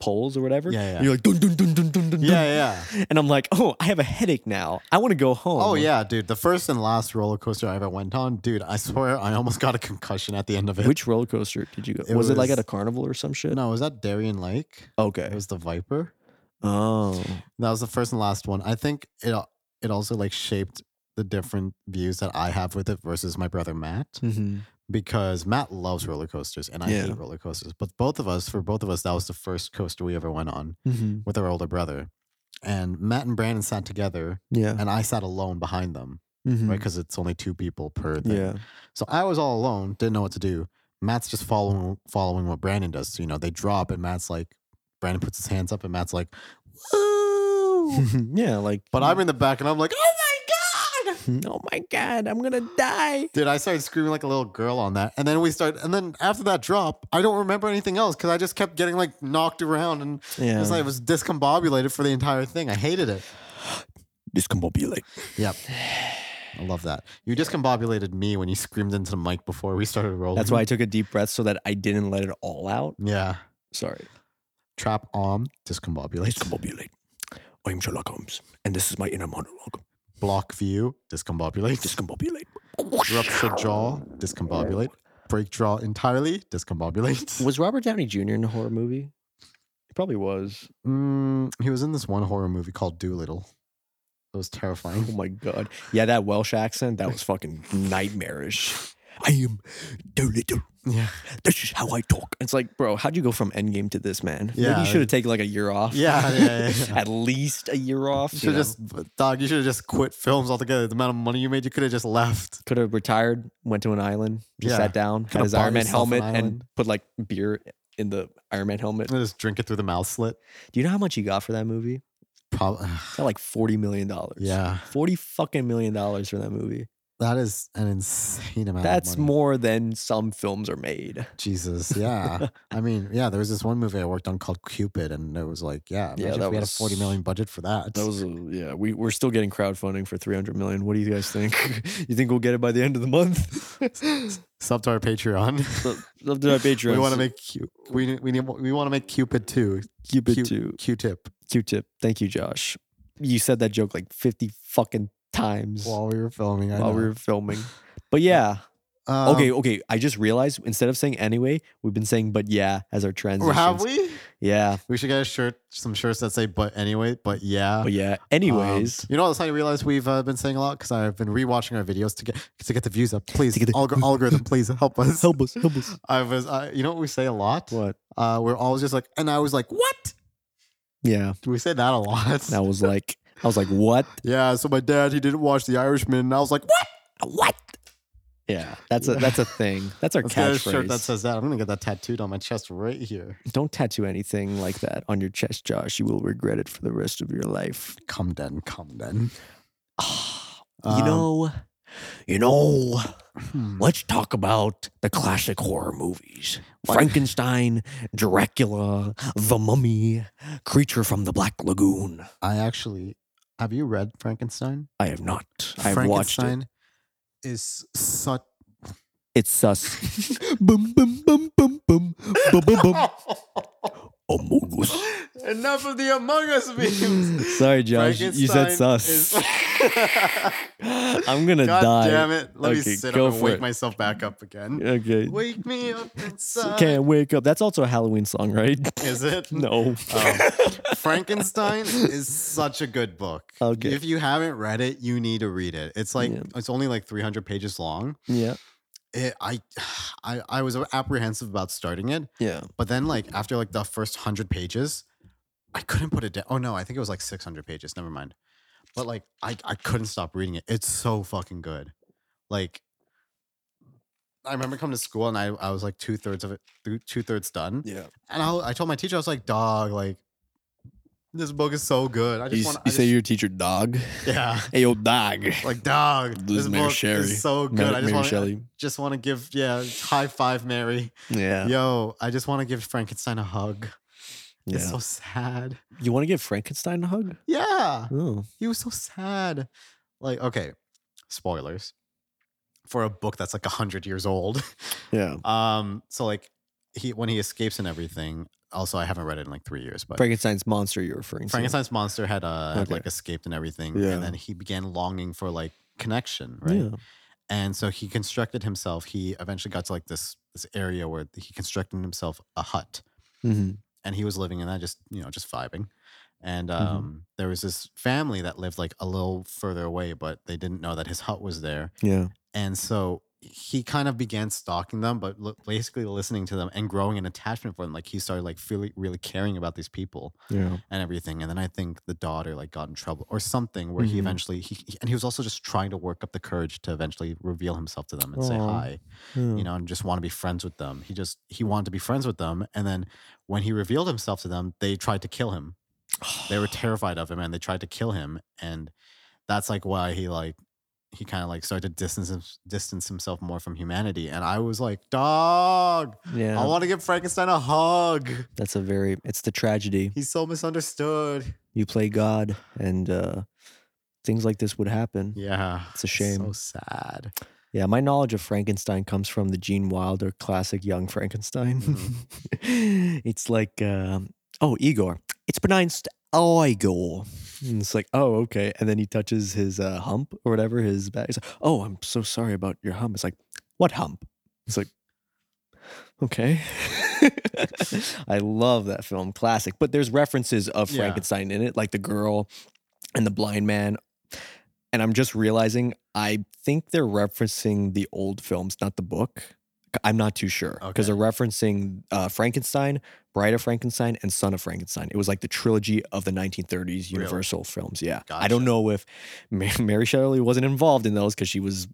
S2: poles or whatever.
S1: Yeah, yeah.
S2: And you're like dun dun dun dun dun dun. dun.
S1: yeah, yeah.
S2: And I'm like, "Oh, I have a headache now. I want to go home."
S1: Oh yeah, dude. The first and last roller coaster I ever went on, dude. I swear, I almost got a concussion at the end of it.
S2: Which roller coaster did you go?
S1: It
S2: was, it like
S1: was-
S2: at a carnival or some shit?
S1: no, was that Darien Lake? It
S2: Okay.
S1: was the Viper.
S2: Oh.
S1: That was the first and last one. I think it al- it also like shaped the different views that I have with it versus my brother Matt.
S2: Mm-hmm.
S1: because Matt loves roller coasters and I
S2: Yeah.
S1: hate roller coasters. But both of us, for both of us, that was the first coaster we ever went on
S2: Mm-hmm.
S1: with our older brother. And Matt and Brandon sat together,
S2: Yeah.
S1: and I sat alone behind them,
S2: Mhm.
S1: right? Because it's only two people per thing.
S2: Yeah.
S1: So I was all alone, didn't know what to do. Matt's just following following what Brandon does. So, you know, they drop, and Matt's like, Brandon puts his hands up, and Matt's like, woo.
S2: yeah, like
S1: but I'm in the back, and I'm like, oh my god.
S2: Oh my god, I'm going to die.
S1: Dude, I started screaming like a little girl on that. And then we start and then after that drop, I don't remember anything else because I just kept getting like knocked around and
S2: Yeah.
S1: it was like I was discombobulated for the entire thing. I hated it.
S2: discombobulate.
S1: Yep. I love that. You discombobulated me when you screamed into the mic before we started rolling.
S2: That's why I took a deep breath so that I didn't let it all out.
S1: Yeah.
S2: Sorry.
S1: Trap arm discombobulates.
S2: Discombobulate. I'm Sherlock Holmes, and this is my inner monologue.
S1: Block view discombobulates.
S2: Discombobulate.
S1: Rupture jaw discombobulate. Break jaw entirely discombobulates.
S2: Was Robert Downey Jr. in a horror movie? He probably was.
S1: Mm, he was in this one horror movie called Doolittle. It was terrifying.
S2: Oh my god. Yeah, that Welsh accent, that was fucking nightmarish. I am Doolittle.
S1: Yeah.
S2: This is how I talk. It's like, bro, how'd you go from Endgame to this, man? Maybe
S1: Yeah.
S2: you should have taken like a year off.
S1: Yeah, yeah, yeah, yeah.
S2: At least a year off.
S1: You
S2: You
S1: should just dog. You should have just quit films altogether. The amount of money you made, you could have just left.
S2: could have retired, went to an island, just
S1: Yeah.
S2: sat down, had
S1: Coulda
S2: his
S1: bought
S2: Iron Man
S1: yourself an
S2: helmet, and
S1: island.
S2: put like beer in the Iron Man helmet.
S1: And just drink it through the mouth slit.
S2: Do you know how much he got for that movie?
S1: Probably.
S2: He Got like forty million dollars.
S1: Yeah,
S2: forty fucking million dollars for that movie.
S1: that is an insane amount.
S2: That's
S1: of money.
S2: more than some films are made.
S1: Jesus. Yeah. I mean, yeah. There was this one movie I worked on called Cupid, and it was like, yeah,
S2: Yeah,
S1: imagine
S2: that
S1: if we had a
S2: was-
S1: forty million budget for that.
S2: That was yeah. We we're still getting crowdfunding for three hundred million. What do you guys think? you think we'll get it by the end of the month?
S1: Sub to our Patreon.
S2: Love to our Patreon.
S1: we want to make Cu- we we need, we want to make Cupid too.
S2: Cupid
S1: Q-
S2: too.
S1: Q-tip.
S2: Q-tip. Thank you, Josh. You said that joke like fifty fucking times
S1: While we were filming, I
S2: while we
S1: know.
S2: were filming. But yeah.
S1: Um,
S2: okay, okay. I just realized instead of saying anyway, we've been saying but yeah as our transition.
S1: Have we?
S2: Yeah,
S1: We should get a shirt, some shirts that say "but anyway," but yeah.
S2: but yeah.
S1: Um,
S2: Anyways,
S1: you know that's how you realize we've uh, been saying a lot because I've been rewatching our videos to get to get the views up. Please,
S2: To get the-
S1: algor- algorithm, please help us.
S2: help us, help us.
S1: I was, I, you know what we say a lot?
S2: What?
S1: Uh, we're always just like, and I was like, what?
S2: Yeah,
S1: We say that a lot.
S2: that was like I was like, what?
S1: Yeah, so my dad he didn't watch The Irishman, and I was like, "What?"
S2: What? Yeah, that's a that's a thing. That's our
S1: Let's get a shirt
S2: catchphrase.
S1: that says that. I'm gonna get that tattooed on my chest right here.
S2: Don't tattoo anything like that on your chest, Josh. You will regret it for the rest of your life.
S1: Come then, come then.
S2: you
S1: Um,
S2: know, you know.
S1: hmm.
S2: Let's talk about the classic horror movies
S1: What?
S2: Frankenstein, Dracula, The Mummy, Creature from the Black Lagoon.
S1: I actually have you read Frankenstein?
S2: I have not. I have watched it.
S1: Frankenstein is such.
S2: It's sus. bum, bum, bum, bum, bum, bum, bum, bum. Among Us.
S1: Enough of the Among Us
S2: Sorry, Josh. You said
S1: Frankenstein
S2: sus.
S1: is-
S2: I'm gonna
S1: God
S2: die.
S1: damn it. Let me
S2: Okay,
S1: sit
S2: go
S1: up and
S2: for
S1: wake
S2: it.
S1: myself back up again.
S2: Okay.
S1: Wake me up inside.
S2: Can't wake up. That's also a Halloween song, right?
S1: Is it?
S2: no.
S1: Oh. Frankenstein is such a good book.
S2: Okay.
S1: If you haven't read it, you need to read it. It's like
S2: Yeah.
S1: it's only like 300 pages long.
S2: yeah.
S1: It, I, I I was apprehensive about starting it,
S2: Yeah.
S1: but then like after like the first 100 pages, I couldn't put it down. Oh no, I think it was like 600 pages. Never mind. But like I I couldn't stop reading it. It's so fucking good. Like I remember coming to school and I, I was like two thirds of it, two thirds done.
S2: Yeah.
S1: And I, I told my teacher, I was like, dog, like, this book is so good. I
S2: You,
S1: just
S2: s-
S1: want
S2: you say your teacher dog.
S1: yeah.
S2: Hey, yo, dog.
S1: Like, dog,
S2: This
S1: this
S2: is Mary
S1: book
S2: Shelley.
S1: is so good.
S2: Mary,
S1: I
S2: Mary
S1: just want to
S2: Shelley.
S1: just want to give, yeah, high five, Mary.
S2: Yeah.
S1: Yo, I just want to give Frankenstein a hug.
S2: yeah.
S1: It's so sad.
S2: you want to give Frankenstein a hug?
S1: Yeah,
S2: Oh.
S1: he was so sad. Like, okay, spoilers for a book that's like hundred years old.
S2: Yeah.
S1: Um, so like he when he escapes and everything. Also, I haven't read it in like three years, but
S2: Frankenstein's monster you're referring to.
S1: Frankenstein's monster had uh had
S2: Okay.
S1: like escaped and everything,
S2: Yeah.
S1: and then he began longing for like connection, right?
S2: Yeah.
S1: And so he constructed himself. He eventually got to like this this area where he constructed himself a hut,
S2: Mhm.
S1: and he was living in that, just you know, just vibing. And
S2: Mhm.
S1: um, there was this family that lived like a little further away, but they didn't know that his hut was there.
S2: Yeah.
S1: And so he kind of began stalking them, but li- basically listening to them and growing an attachment for them. Like he started like really, really caring about these people
S2: Yeah.
S1: and everything. And then I think the daughter like got in trouble or something where he
S2: Mhm.
S1: eventually he he- and he was also just trying to work up the courage to eventually reveal himself to them and say
S2: Aw.
S1: hi,
S2: Yeah.
S1: you know, and just want to be friends with them. He just he wanted to be friends with them. And then when he revealed himself to them, they tried to kill him. They were terrified of him and they tried to kill him. And that's like why he like he kind of like started to distance him- distance himself more from humanity. And I was like, dog,
S2: yeah.
S1: I want to give Frankenstein a hug.
S2: That's a very. It's the tragedy.
S1: He's so misunderstood.
S2: You play God, and uh, things like this would happen.
S1: Yeah.
S2: It's a shame.
S1: So sad.
S2: Yeah, my knowledge of Frankenstein comes from the Gene Wilder classic Young Frankenstein. it's like, um oh, Igor. It's pronounced Igor. And it's like, oh, okay. And then he touches his uh, hump or whatever, his back. He's like, oh, I'm so sorry about your hump. It's like, what hump? It's like, okay. I love that film, classic. But there's references of
S1: Yeah.
S2: Frankenstein in it, like the girl and the blind man and I'm just realizing I think they're referencing the old films, not the book. I'm not too sure because
S1: Okay.
S2: they're referencing uh, Frankenstein, Bride of Frankenstein, and Son of Frankenstein. It was like the trilogy of the 1930s
S1: Really?
S2: Universal films. Yeah, I don't
S1: Gotcha.
S2: know if Ma- Mary Shelley wasn't involved in those because she was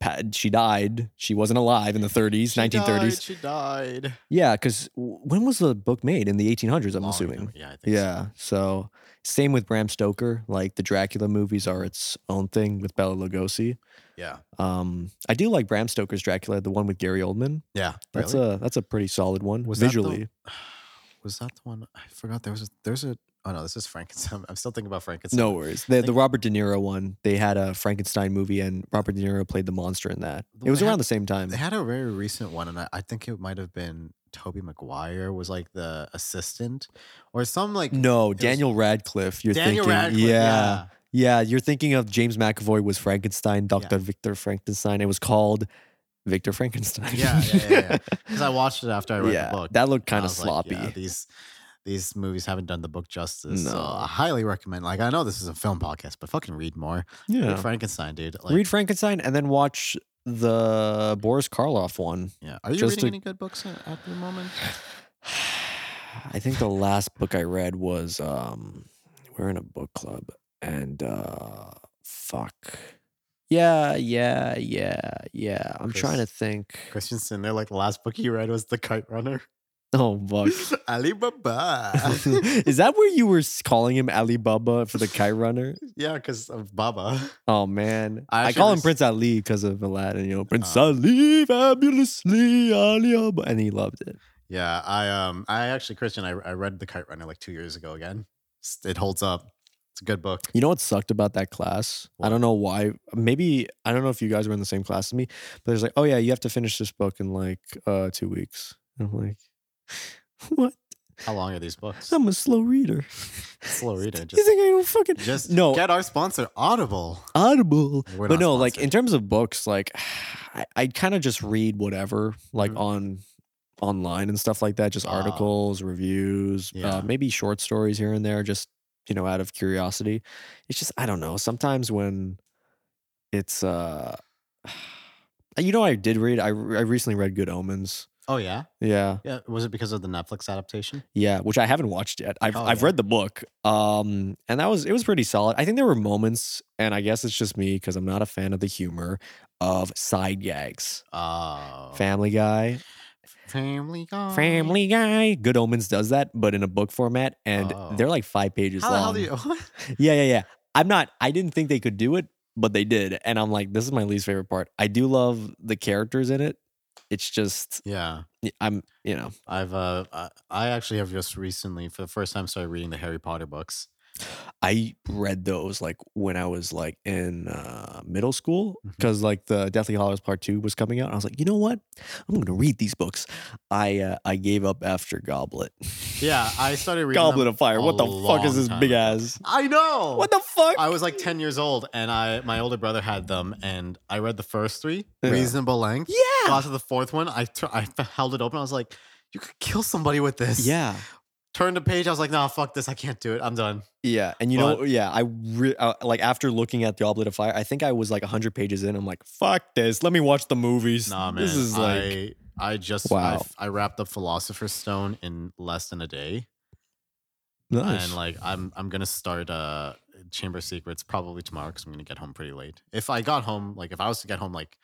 S2: pa- she died. She wasn't alive in the 30s, 1930s.
S1: She died.
S2: Yeah, because when was the book made? In the 1800s, I'm
S1: Long
S2: assuming.
S1: ago. Yeah, I think. so.
S2: Yeah. So same with Bram Stoker. Like the Dracula movies are its own thing with Bela Lugosi.
S1: Yeah.
S2: Um, I do like Bram Stoker's Dracula, the one with Gary Oldman.
S1: Yeah.
S2: That's
S1: really?
S2: a that's a pretty solid one
S1: Was that the-
S2: visually.
S1: Was that the one? I forgot. There was a. There's a. Oh no, this is Frankenstein. I'm still thinking about Frankenstein.
S2: No worries. The, the
S1: think-
S2: Robert De Niro one. They had a Frankenstein movie, and Robert De Niro played the monster in that.
S1: They
S2: It was
S1: had-
S2: around the same time.
S1: They had a very recent one, and I, I think it might have been Toby Maguire was like the assistant, or some like
S2: no,
S1: was-
S2: Daniel Radcliffe. You're
S1: Daniel
S2: thinking,
S1: Radcliffe.
S2: yeah, yeah, You're thinking of James McAvoy was Frankenstein, Doctor Victor Frankenstein. It was called Victor Frankenstein.
S1: Yeah, yeah, yeah, yeah. Because I watched it after I read
S2: yeah,
S1: the book.
S2: that looked
S1: and I
S2: kind of
S1: was like,
S2: sloppy.
S1: yeah, these these movies haven't done the book justice. So
S2: No.
S1: I highly recommend. Like I know this is a film podcast, but fucking read more.
S2: yeah,
S1: Read Frankenstein, dude. Like,
S2: read Frankenstein and then watch the Boris Karloff one.
S1: Yeah. Are you
S2: Just
S1: reading
S2: to-
S1: any good books at, at the moment?
S2: I think the last book I read was um, we're in a book club and uh fuck. Yeah, yeah, yeah, yeah. I'm trying to
S1: Chris-
S2: think.
S1: Christian Cinder, like the last book he read was The Kite Runner.
S2: Oh fuck.
S1: Alibaba.
S2: Is that where you were s- calling him Alibaba for the kite runner?
S1: yeah, because of Baba.
S2: Oh man,
S1: I
S2: I,
S1: actually
S2: call him
S1: res-
S2: Prince Ali because of Aladdin. You know, Prince
S1: Oh.
S2: Ali fabulously Alibaba, and he loved it.
S1: Yeah, I um, I actually Christian, I, I read The Kite Runner like two years ago again. S- It holds up. It's a good book.
S2: You know what sucked about that class?
S1: What?
S2: I don't know why. Maybe I don't know if you guys were in the same class as me, but there's like, oh yeah, you have to finish this book in like uh, two weeks. And I'm like, what?
S1: How long are these books?
S2: I'm a slow reader.
S1: Slow reader.
S2: you
S1: Just,
S2: think I don't fucking
S1: just
S2: no
S1: Get our sponsor Audible.
S2: Audible?
S1: We're
S2: but
S1: not
S2: no, like in
S1: sponsored.
S2: terms of books, like I, I kind of just read whatever, like
S1: Mhm.
S2: on online and stuff like that, just
S1: Ah.
S2: articles, reviews,
S1: Yeah.
S2: uh, maybe short stories here and there, just you know, out of curiosity. It's just I don't know. Sometimes when it's uh, you know, what I did read. I re- I recently read Good Omens.
S1: oh yeah,
S2: Yeah,
S1: yeah. Was it because of the Netflix adaptation?
S2: yeah, which I haven't watched yet. I've
S1: Oh,
S2: I've
S1: yeah.
S2: read the book. Um and that was it was pretty solid. I think there were moments and I guess it's just me cuz I'm not a fan of the humor of side gags.
S1: Oh,
S2: Family Guy,
S1: Family Guy.
S2: Family Guy, Good Omens does that but in a book format and
S1: Oh.
S2: they're like 5 pages
S1: How the hell
S2: long.
S1: do you? What?
S2: yeah, yeah, yeah. I'm not I didn't think they could do it, but they did and I'm like this is my least favorite part. I do love the characters in it. It's just
S1: Yeah,
S2: I'm, you know.
S1: I've uh, I, I actually have just recently, for the first time, started reading the Harry Potter books.
S2: I read those like when I was like in uh, middle school
S1: Mhm.
S2: because like the Deathly Hollows Part Two was coming out. And I was like, you know what? I'm gonna read these books. I uh, I gave up after Goblet.
S1: Yeah, I started reading
S2: Goblet
S1: them
S2: of Fire.
S1: a
S2: What the fuck
S1: long
S2: is this
S1: time
S2: big
S1: ago.
S2: ass?
S1: I know.
S2: What the fuck?
S1: I was like ten years old, and I my older brother had them, and I read the first three,
S2: Yeah.
S1: reasonable length.
S2: yeah.
S1: Got to the fourth one, I tur- I held it open. I was like, you could kill somebody with this.
S2: Yeah,
S1: Turned the page. I was like, no, fuck this. I can't do it. I'm done.
S2: yeah, and you know,
S1: But-
S2: yeah, I re- uh, like after looking at Goblet of Fire, I think I was like 100 pages in. I'm like, fuck this. Let me watch the movies.
S1: Nah, man.
S2: This is like,
S1: I, I just I,
S2: Wow.
S1: f- I wrapped up Philosopher's Stone in less than a day,
S2: nice.
S1: and like I'm I'm gonna start uh Chamber of Secrets probably tomorrow because I'm gonna get home pretty late. If I got home, like if I was to get home like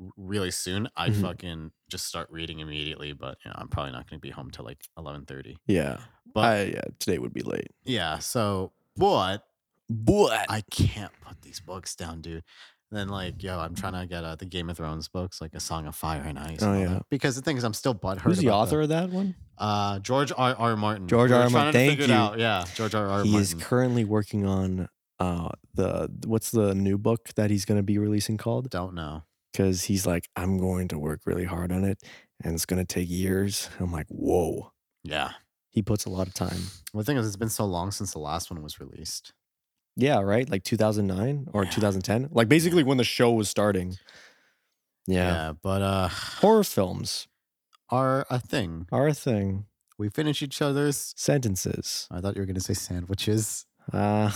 S1: r- really soon, I'd
S2: Mhm.
S1: fucking just start reading immediately. But you know, I'm probably not gonna be home till like 11:30.
S2: yeah,
S1: But
S2: I, yeah, today would be late.
S1: yeah, so but
S2: But
S1: I can't put these books down, dude. And then like, yo, I'm trying to get uh, the Game of Thrones books, like A Song of Fire and Ice. and
S2: Oh,
S1: all
S2: yeah.
S1: that. Because the thing is, I'm still butthurt.
S2: who's the
S1: about
S2: author of that one?
S1: Uh, George R. R. Martin.
S2: George
S1: We
S2: R.
S1: were
S2: R.
S1: trying
S2: Martin.
S1: to
S2: Thank
S1: figure it
S2: you.
S1: out. Yeah, George R. R.
S2: he is
S1: Martin.
S2: currently working on uh the what's the new book that he's going to be releasing called
S1: Don't know.
S2: because he's like i'm going to work really hard on it and it's going to take years i'm like whoa
S1: Yeah.
S2: he puts a lot of time
S1: Well, the thing is, it's been so long since the last one was released.
S2: yeah right like 2009 or
S1: Yeah.
S2: 2010 like basically when the show was starting yeah,
S1: but uh,
S2: horror films
S1: are a thing.
S2: are a thing
S1: We finish each other's.
S2: sentences
S1: I thought you were gonna say sandwiches.
S2: uh,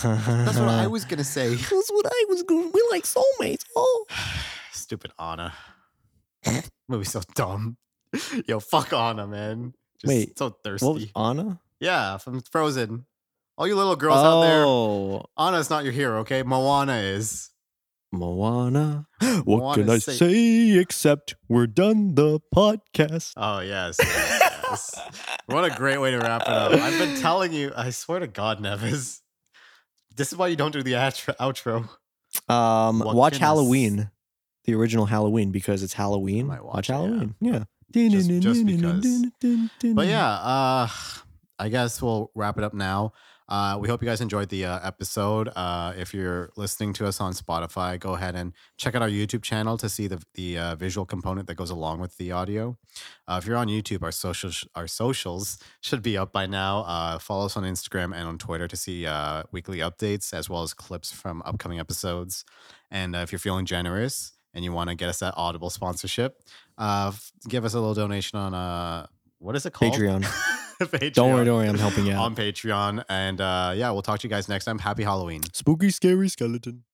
S1: That's what I was gonna say.
S2: that's what i was going we like soulmates oh
S1: Stupid Anna. Movie's so dumb. Yo, fuck Anna, man. Just
S2: Wait,
S1: so thirsty.
S2: what was anna
S1: Yeah, from Frozen. All you little girls out there,
S2: oh
S1: Anna's not your hero, okay? Moana is.
S2: Moana. What can
S1: Moana
S2: I
S1: say-
S2: say? except we're done the podcast?
S1: Oh yes. yes. what a great way to wrap it up. I've been telling you, I swear to God, Nevis. This is why you don't do the outro. outro.
S2: Um,
S1: What
S2: watch
S1: can I
S2: Halloween, the original Halloween, because it's Halloween.
S1: might watch
S2: Watch,
S1: it, yeah.
S2: Halloween. Yeah.
S1: Just- just because. But
S2: Mm-hmm.
S1: yeah, uh, I guess we'll wrap it up now. Uh, we hope you guys enjoyed the uh, episode. Uh, if you're listening to us on Spotify, go ahead and check out our YouTube channel to see the the uh, visual component that goes along with the audio. Uh, if you're on YouTube, our socials our socials should be up by now. Uh, follow us on Instagram and on Twitter to see uh, weekly updates as well as clips from upcoming episodes. And uh, if you're feeling generous and you want to get us that Audible sponsorship, uh, f- give us a little donation on uh, what is it called?
S2: Patreon.
S1: Patreon.
S2: Don't worry, don't worry. I'm
S1: Um,
S2: helping you out.
S1: On Patreon. And uh, yeah, we'll talk to you guys next time. Happy Halloween.
S2: Spooky, scary skeleton.